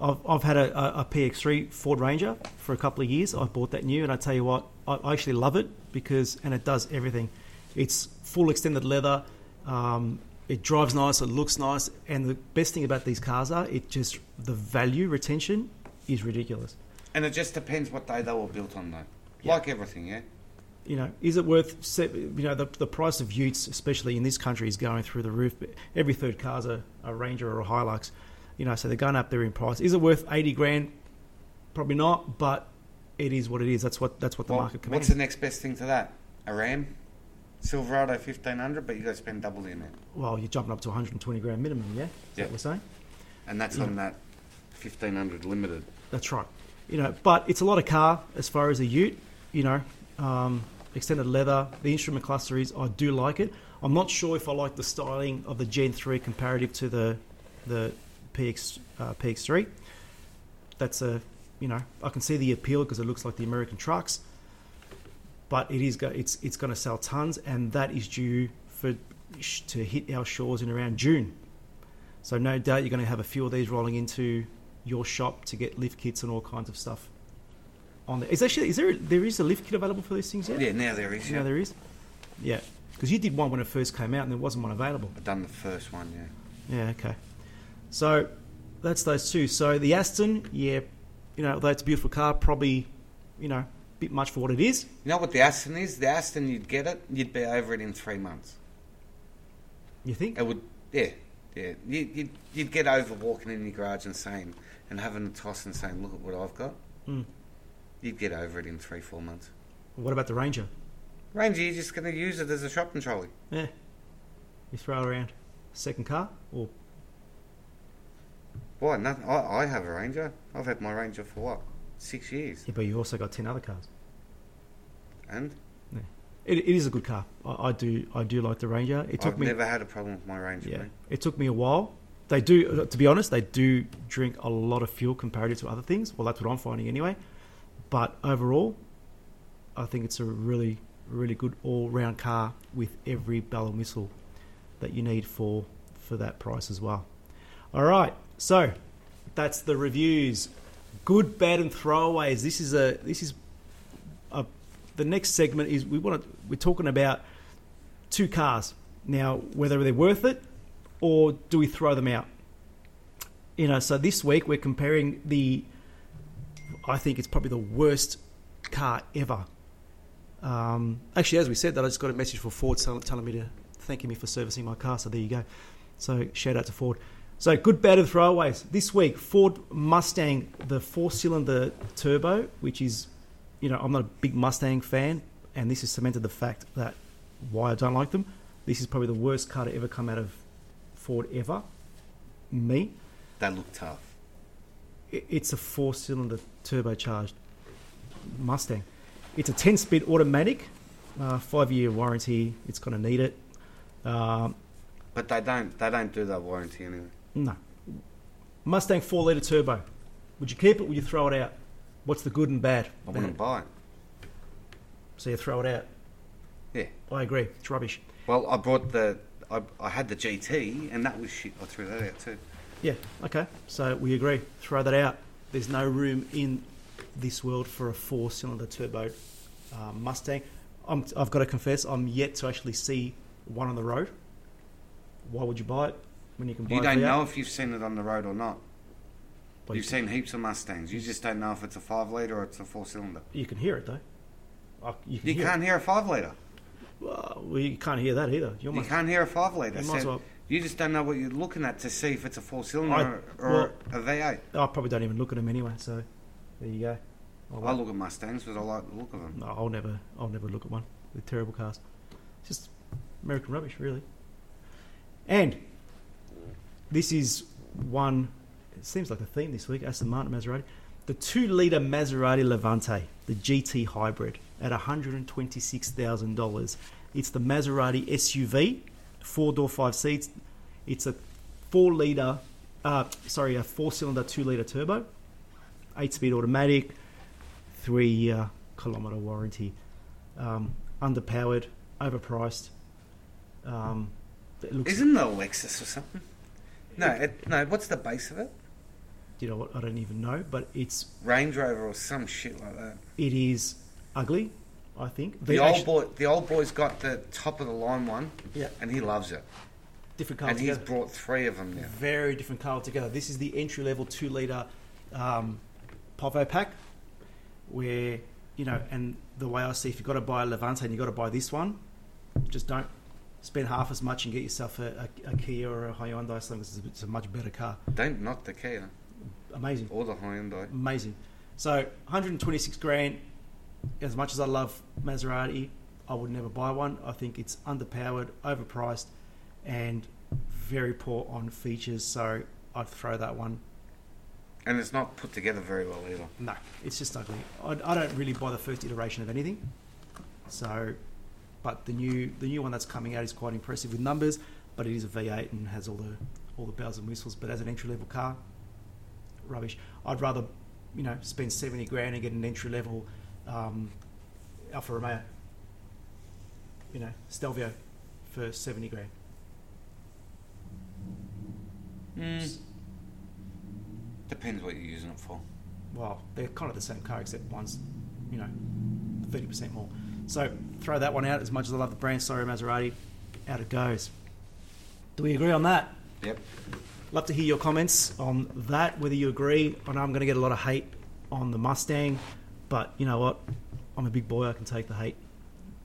I've, I've had a, a, a PX3 Ford Ranger for a couple of years. I bought that new, and I tell you what, I, I actually love it because, and it does everything. It's full extended leather. Um, it drives nice. It looks nice. And the best thing about these cars are, it just the value retention is ridiculous.
And it just depends what day they were built on, though. Like everything, yeah.
you know, is it worth? se- You know, the, the price of Utes, especially in this country, is going through the roof. But Every third car's a, a Ranger or a Hilux, you know, so they're going up there in price. Is it worth eighty grand? Probably not, but it is what it is. That's what that's what the
Well,
market
what's
commands.
the next best thing to that? A Ram, Silverado 1500, but you got to spend double the amount,
well, you're jumping up to one hundred and twenty grand minimum. Yeah, is
Yeah.
that what we're saying?
and that's on that 1500 limited.
That's right. You know, but it's a lot of car as far as a Ute. You know, um, extended leather. The instrument cluster is I do like it. I'm not sure if I like the styling of the Gen 3 comparative to the the PX uh, PX3. That's a you know I can see the appeal because it looks like the American trucks, but it is go, it's it's going to sell tons, and that is due for sh- to hit our shores in around June. So no doubt you're going to have a few of these rolling into your shop to get lift kits and all kinds of stuff. On there is actually is there there is a lift kit available for these things yet?
Yeah, now there is.
You know
Yeah.
there is. Yeah, because you did one when it first came out, and there wasn't one available.
I've done the first one, yeah.
Yeah, okay. So that's those two. So the Aston, yeah, you know, although it's a beautiful car, probably, you know, a bit much for what it is.
You know what the Aston is? The Aston, you'd get it, you'd be over it in three months.
You think?
It would, yeah, yeah. You, you'd, you'd get over walking in your garage and saying, and having a toss and saying, look at what I've got.
Mm.
You'd get over it in three, four months.
What about the Ranger?
Ranger, you're just going to use it as a shopping trolley.
Yeah, you throw it around. Second car or
Why? Nothing. I, I have a Ranger. I've had my Ranger for what? Six years.
yeah, but you also got ten other cars.
And
It, it is a good car. I, I do I do like the Ranger. It took
I've
me
never had a problem with my Ranger.
yeah,
man.
it took me a while. They do to be honest, they do drink a lot of fuel comparative to other things. Well, that's what I'm finding anyway. But overall, I think it's a really really good all round car with every bell and whistle that you need for for that price as well. All right, so that's the reviews. Good, bad, and throwaways. This is a this is a the next segment is we want to we're talking about two cars now whether they're worth it or do we throw them out. You know, so this week we're comparing the I think it's probably the worst car ever. Um, actually, as we said that, I just got a message from Ford tell- telling me to thanking me for servicing my car. So there you go. So shout out to Ford. So good, bad, and throwaways this week. Ford Mustang, the four-cylinder turbo, which is, you know, I'm not a big Mustang fan, and this has cemented the fact that why I don't like them. This is probably the worst car to ever come out of Ford ever. Me,
They look tough.
it- it's a four-cylinder turbocharged Mustang. It's a ten-speed automatic, uh, five-year warranty. It's gonna need it. Um,
But they don't. They don't do that warranty anyway.
no, Mustang four-liter turbo. Would you keep it? Would you throw it out? What's the good and bad?
I wouldn't buy it.
So you throw it out.
Yeah.
I agree. It's rubbish.
Well, I brought the. I, I had the GT, and that was shit. I threw that out too.
Yeah. Okay. So we agree. Throw that out. There's no room in this world for a four-cylinder turbo uh, Mustang. I'm, I've got to confess, I'm yet to actually see one on the road. Why would you buy it when you can buy
You
it?
don't
there?
know if you've seen it on the road or not.
Well, you,
You've seen heaps of Mustangs. You just don't know if it's a five liter or it's a four cylinder.
you can hear it though. Uh, You can
You
hear
can't hear a five liter.
It. Well, well, you can't hear that either. You're
You
my-
can't hear a five liter.
You might as
So
well-
you just don't know what you're looking at to see if it's a four
I-
cylinder or,
well-
a V8.
I probably don't even look at them anyway. So there you go. I
I look at Mustangs because I like the look of them.
No, I'll never, I'll never look at one. They're terrible cars. It's just American rubbish, really. And this is one. It seems like a theme this week. Aston Martin Maserati, the two-liter Maserati Levante, the GT hybrid, at one hundred and twenty-six thousand dollars. It's the Maserati SUV, four-door, five seats. It's a four-liter, uh, sorry, a four-cylinder, two-liter turbo. eight-speed automatic, three-year kilometre warranty. Um, underpowered, overpriced. Um, it looks.
Isn't it a Lexus or something? No, it, no. What's the base of it?
you know what? I don't even know, but it's
Range Rover or some shit like that.
it is ugly. I think
The
They
old
actu-
boy, the old boy's got the top of the line one,
Yeah.
and he loves it.
different colour
And he's
together.
brought three of them now.
Very different colour together. This is the entry level two litre um, Povo pack, where you know, and the way I see, if you've got to buy a Levante and you've got to buy this one, just don't spend half as much and get yourself a, a, a Kia or a Hyundai, as long as it's a- it's a much better car.
Don't knock the Kia
Amazing.
or the Hyundai.
Amazing. So 126 grand. As much as I love Maserati, I would never buy one. I think it's underpowered, overpriced, and very poor on features. So I'd throw that one.
And it's not put together very well either.
No, it's just ugly. I, I don't really buy the first iteration of anything. So, but the new the new one that's coming out is quite impressive with numbers, but it is a V8 and has all the all the bells and whistles. But as an entry level car, rubbish. I'd rather you know spend seventy grand and get an entry level um, Alfa Romeo, you know Stelvio, for seventy grand.
Depends what you're using it for.
well, they're kind of the same car except one's, you know, thirty percent more. So throw that one out. As much as I love the brand, sorry Maserati, out it goes. Do we agree on that?
Yep.
Love to hear your comments on that. Whether you agree, I know I'm going to get a lot of hate on the Mustang, but you know what? I'm a big boy. I can take the hate.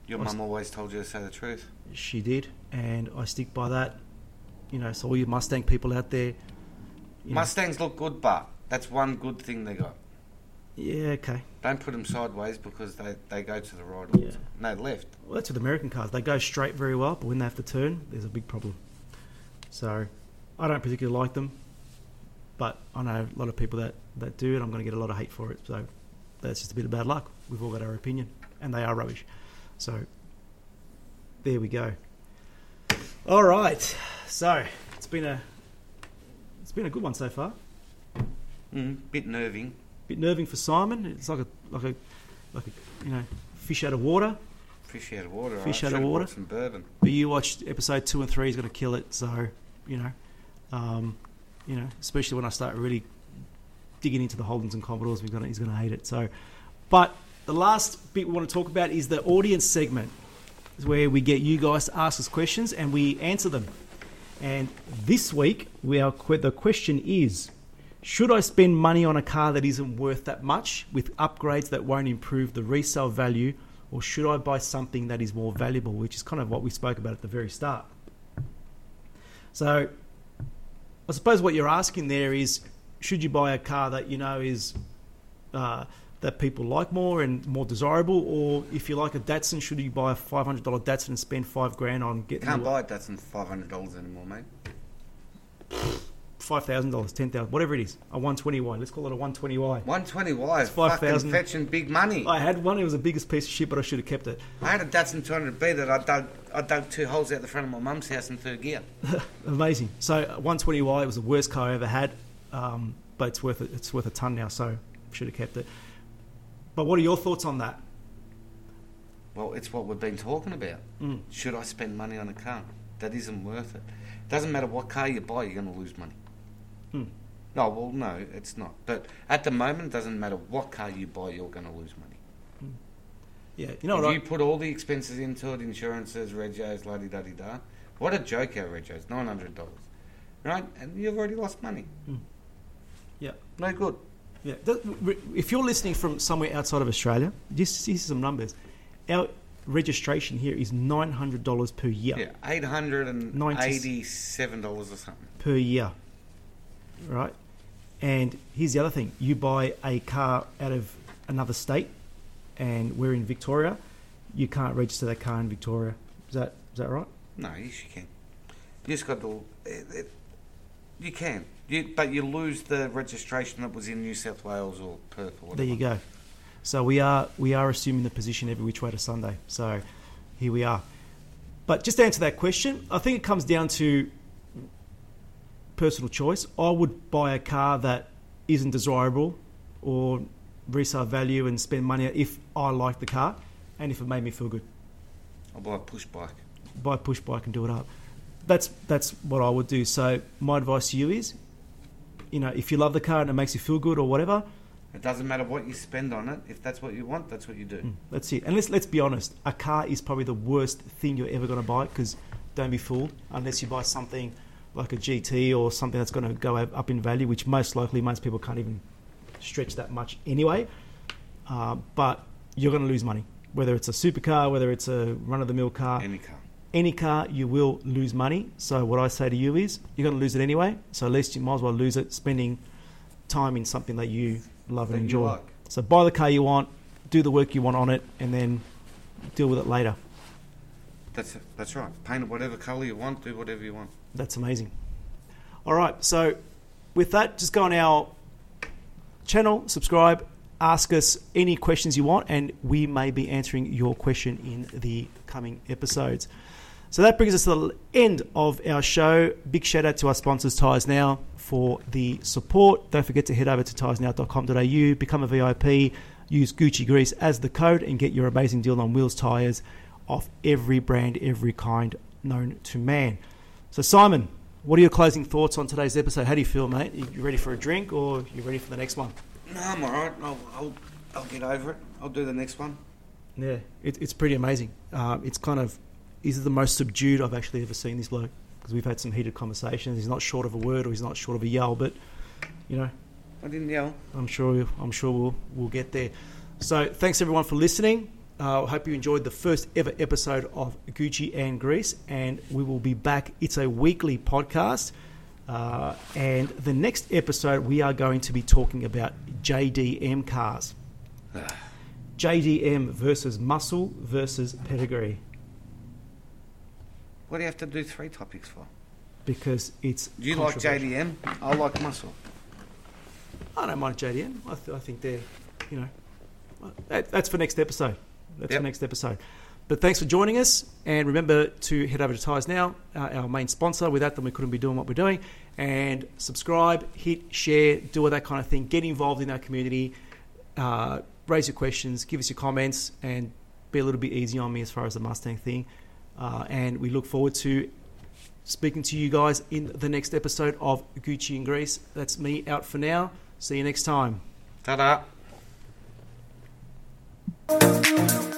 Your
What's-
mum always told you to say the truth.
She did, and I stick by that. You know, so all you Mustang people out there, Yeah.
Mustangs look good, but that's one good thing they got.
yeah, okay.
Don't put them sideways because they, they go to the right. all
Yeah.
the time. No, left.
Well, that's with American cars. They go straight very well, but when they have to turn, there's a big problem. So, I don't particularly like them, but I know a lot of people that, that do, and I'm going to get a lot of hate for it. So, that's just a bit of bad luck. We've all got our opinion, and they are rubbish. So, there we go. All right. So, it's been a it's been a good one so far.
Mm,
Mm-hmm.
bit nerving.
bit nerving for Simon. It's like a like a like a you know fish out of water.
Fish out of water. I
Fish out of
should've
water.
brought Some bourbon.
But you watched episode two and three is going to kill it. So you know, um, you know, especially when I start really digging into the Holdens and Commodores, we're going to, he's going to hate it. So, but the last bit we want to talk about is the audience segment, is where we get you guys to ask us questions and we answer them. And this week, we are que- the question is. Should I spend money on a car that isn't worth that much with upgrades that won't improve the resale value, or should I buy something that is more valuable, which is kind of what we spoke about at the very start? So, I suppose what you're asking there is should you buy a car that you know is uh, that people like more and more desirable, or if you like a Datsun, should you buy a $500 Datsun and spend five grand on getting
Can't
the-
buy it. That's in five hundred dollars anymore, mate.
five thousand dollars, ten thousand, whatever it is, a one twenty Y. Let's call it a one twenty Y.
One twenty Y is
five
fucking
thousand.
fetching big money.
I had one. It was the biggest piece of shit, but I should have kept it.
I had a Datsun 200B that I dug, I dug two holes out the front of my mum's house in third gear.
Amazing. So 120Y it was the worst car I ever had, um, but it's worth it. It's worth a ton now. So should have kept it. But what are your thoughts on that?
Well, it's what we've been talking about.
Hmm.
Should I spend money on a car? That isn't worth it. Doesn't matter what car you buy, you're going to lose money.
Hmm.
No, well, no, it's not. But at the moment, it doesn't matter what car you buy, you're going to lose money.
Yeah, you know
if
what? I-
you put all the expenses into it, insurances, regos, la di da di da. What a joke, our regos, nine hundred dollars, right? And you've already lost money.
yeah,
No good.
yeah. Th- re- If you're listening from somewhere outside of Australia, just see some numbers. Our registration here is nine hundred dollars per year.
Yeah, eight hundred and eighty-seven dollars or something.
per year, right? And here's the other thing: you buy a car out of another state, and we're in Victoria. You can't register that car in Victoria. Is that is that right?
No, yes, you can. You just got to. It, it, you can, you, but you lose the registration that was in New South Wales or Perth or whatever.
There you go. So we are we are assuming the position every which way to Sunday. So here we are. But just to answer that question, I think it comes down to personal choice. I would buy a car that isn't desirable or resale value and spend money if I like the car and if it made me feel good.
I'll buy a push bike.
Buy a push bike and do it up. That's that's what I would do. So my advice to you is, you know, if you love the car and it makes you feel good or whatever,
It doesn't matter what you spend on it. If that's what you want, that's what you do.
That's it. And let's let's be honest. A car is probably the worst thing you're ever going to buy because don't be fooled. Unless you buy something like a GT or something that's going to go up up in value, which most likely most people can't even stretch that much anyway. Uh, but you're going to lose money, whether it's a supercar, whether it's a run-of-the-mill car,
Any car.
any car, you will lose money. So what I say to you is, you're going to lose it anyway. So at least you might as well lose it spending time in something that you love
That
and
you
enjoy.
like.
So buy the car you want, do the work you want on it, and then deal with it later.
That's that's right. Paint it whatever colour you want. Do whatever you want.
That's amazing. All right. So with that, just go on our channel, subscribe, ask us any questions you want, and we may be answering your question in the coming episodes. So that brings us to the end of our show. Big shout out to our sponsors, Tires Now, for the support. Don't forget to head over to tiresnow.com.au, become a VIP, use Gucci Grease as the code, and get your amazing deal on wheels, tires off every brand, every kind known to man. So, Simon, what are your closing thoughts on today's episode? How do you feel, mate? You you ready for a drink or you ready for the next one?
No, I'm alright. I'll, I'll I'll get over it. I'll do the next one.
Yeah, it, it's pretty amazing. Uh, it's kind of, he's the most subdued I've actually ever seen this bloke because we've had some heated conversations. He's not short of a word or he's not short of a yell, but you know,
I didn't yell.
I'm sure I'm sure we'll we'll get there. So thanks everyone for listening. Uh, I hope you enjoyed the first ever episode of Gucci and Greece, and we will be back. It's a weekly podcast, uh, and the next episode we are going to be talking about JDM cars, JDM versus muscle versus pedigree,
What do you have to do three topics for?
because it's
You like
controversial.
JDM. I like muscle.
I don't mind JDM. I, th- I think they're, you know, that, that's for next episode. That's
Yep.
for next episode. But thanks for joining us. And remember to head over to Tires Now, uh, our main sponsor. Without them, we couldn't be doing what we're doing. And subscribe, hit, share, do all that kind of thing. Get involved in our community. Uh, raise your questions, give us your comments, and be a little bit easy on me as far as the Mustang thing. Uh, and we look forward to speaking to you guys in the next episode of Gucci in Greece. That's me out for now. See you next time.
Ta da.